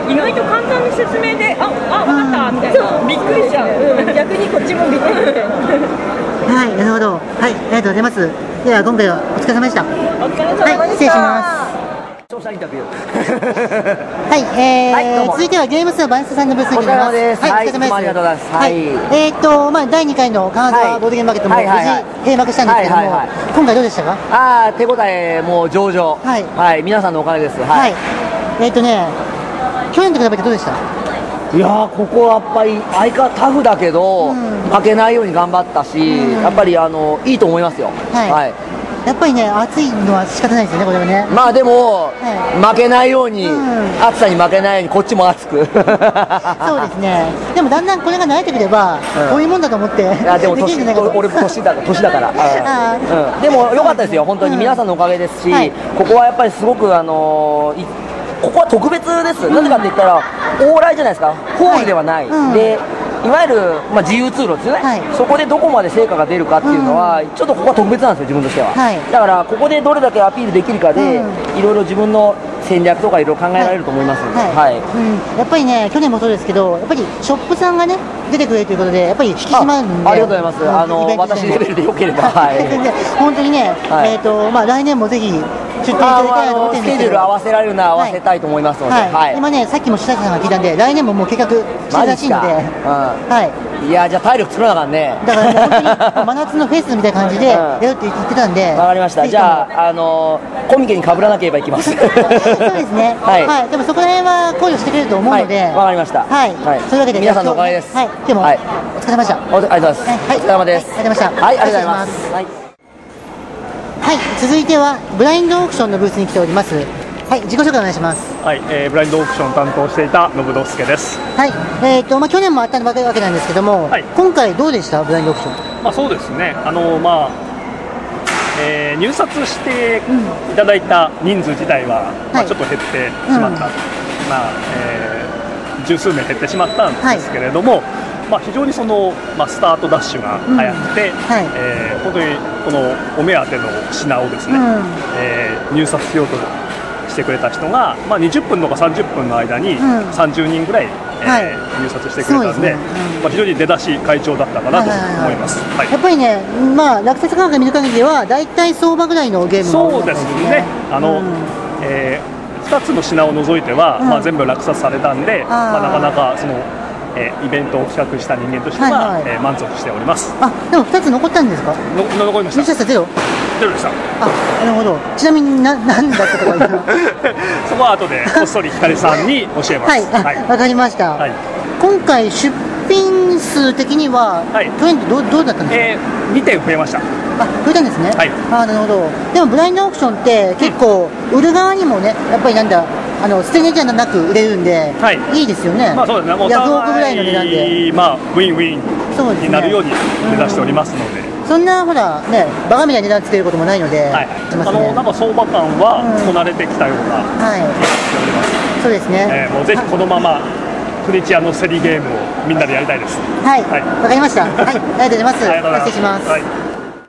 S22: 意外と簡単に説明でああ分かったみたいな、びっくりしちゃう、うん逆にこっちもびっくりみたいな *laughs*
S1: はい、なるほど。はい、ありがとうございます。では、今回はお疲れ様でした。
S22: お疲れ様でした、
S1: はい、失礼します。
S23: 調査インタビュー。
S1: はい、えー
S23: はいどうも
S1: 続いてはゲームスのバイスさんのブースになります。
S23: お疲れ様です
S1: は、
S23: はいい
S1: お疲れ様で
S23: どう
S1: す。
S23: もありがとうございます
S1: は
S23: はいい、
S1: えっ、ー、と、まあ、第2回の金沢ボードゲームマーケットも無
S23: はい
S1: 事
S23: はいはい
S1: 閉幕したんですけども、
S23: はいはいはい
S1: 今回どうでしたか
S23: ああ、手応えもう上々。はい、皆さんのおかげです。はい。
S1: えっ、ー、とね、去年と比べてどうでした
S23: いやーここはやっぱり相変わらずタフだけど、負けないように頑張ったし、
S1: うん
S23: やっぱりあのいいと思いますよ、
S1: はいやっぱりね、暑いのは仕方ないですよね、これはね。
S23: まあでも、
S1: はい
S23: 負けないように、暑さに負けないようにこっちも熱く
S1: そうですね。でもだんだんこれが慣れてくれば、
S23: うん
S1: こういうもんだと思って。
S23: いやでも
S1: できるんじ
S23: 年
S1: ゃないかと
S23: 俺も年だから年だから、
S1: あ
S23: うんでも良かったですよ本当に皆さんのおかげですし、ここはやっぱりすごくあのーいここは特別です、なぜかって言ったら往来じゃないですかホールではない、
S5: うん
S23: でいわゆる、まあ、自由通路ですよね、そこでどこまで成果が出るかっていうのは、ちょっとここは特別なんですよ自分としては、
S5: はい
S23: だからここでどれだけアピールできるかで、いろいろ自分の戦略とかいろいろ考えられると思いますので、はい
S1: うん、やっぱりね、去年もそうですけど、やっぱりショップさんがね、出てくれるということで、やっぱり引き締まるんで、
S23: あありがとうございます、
S1: ん
S23: あの私レベルでよければ、
S1: *laughs*
S23: はい、
S1: 本当にね、
S23: はい
S1: えっ、と、まあ、来年もぜひ出店いただきたいなと思
S23: あ
S1: って
S23: のス
S1: るんで
S23: ケ
S24: ジュ
S1: すけど
S24: ール合
S23: わせられるな合わせたいと思いますので、
S1: はい
S23: はい
S1: 今ね、さっきも下地さんが聞いたんで、来年ももう計画してるらしいんで、
S23: マジっすかうんいやじゃあ体力作らなあかんね
S1: だからね、本
S23: *laughs*
S1: 当に真夏のフェスみたいな感じでやるって言ってたんで、
S23: わかりましたじゃああのーコミケにかぶらなければいきます
S1: そうですね、
S23: *laughs* はい
S1: でもそこら辺は考慮してくれると思うので、
S23: わかりました
S1: はいそういうわけで
S23: 皆さんのおかげです
S1: はい、今日も、
S23: はい
S1: お疲れ様でした。
S23: おありがとうございます、お疲れ様です、
S1: ありがとうございました。
S23: はいありがとうございます
S1: 失礼しはい、続いてはブラインドオークションのブースに来ております。はい、自己紹介お願いします。
S25: はい、えーブラインドオークション担当していた信之助です。
S1: はい、えっ、とまあ去年もあったわけわけなんですけども、今回どうでしたブラインドオークション？
S25: まあそうですね。あのまあ、えー入札していただいた人数自体は、まあちょっと減ってしまった。まあ、えー十数名減ってしまったんですけれども、まあ非常にそのまあスタートダッシュが早くて、えー本当にこのお目当ての品をですね、
S5: うん
S25: えー入札しようとしてくれた人が、まあ、20分とか30分の間に
S5: うん
S25: 30人ぐらい、えー
S1: はい
S25: 入札してくれたんで、まあ、非常に出だし会長だったかなと思います。はい
S1: やっぱりね、まあ落札価格見る限りではだいたい相場ぐらいのゲームが
S25: そ
S1: 多
S25: う
S1: か
S25: で
S1: っ
S25: す
S1: た
S25: ね。あの、えー2つの品を除いては、
S1: うん
S25: まあ、全部落札されたんで、
S1: ー
S25: まあ、なかなかその、えーイベントを企画した人間としては、
S1: はいはい
S25: えー満足しております。
S1: あ、でも二つ残ったんですか？
S25: の残りました。
S1: 残ゼロ。
S25: ゼロでした。
S1: あ、なるほど。ちなみにな何だった
S25: *laughs*
S1: とか言うの
S25: そこは後でこっそり光さんに教えます。
S1: はい、あわ、かりました。今回出品数的には、去年とどうどうだったんですか？
S25: えー、2点増えました。
S1: あ、増えたんですね。
S25: はい
S1: あー、なるほど。でもブラインドオークションって結構売る側にもね、やっぱりなんだ。あの捨て値じゃなく売れるんで、い、いですよね。
S25: まあそうですね。もうお
S1: 100億ぐらいの値段で。
S25: 互いまあウィンウィ
S1: そう
S25: ン
S1: ですね
S25: になるように目指しておりますので。
S1: そんなほらね、バカみたいな値段つけることもないので、
S25: はい
S1: しま
S25: あ
S1: す
S25: の
S1: ね。
S25: なんか相場感はこなれてきたような
S1: はい。そうですね。
S25: えーもうぜひこのままクリチアの競りゲームをみんなでやりたいです。
S1: はい、わ、かりました。はい、ありがとうございます。
S25: ありがとうございます
S1: 失礼します。
S25: はい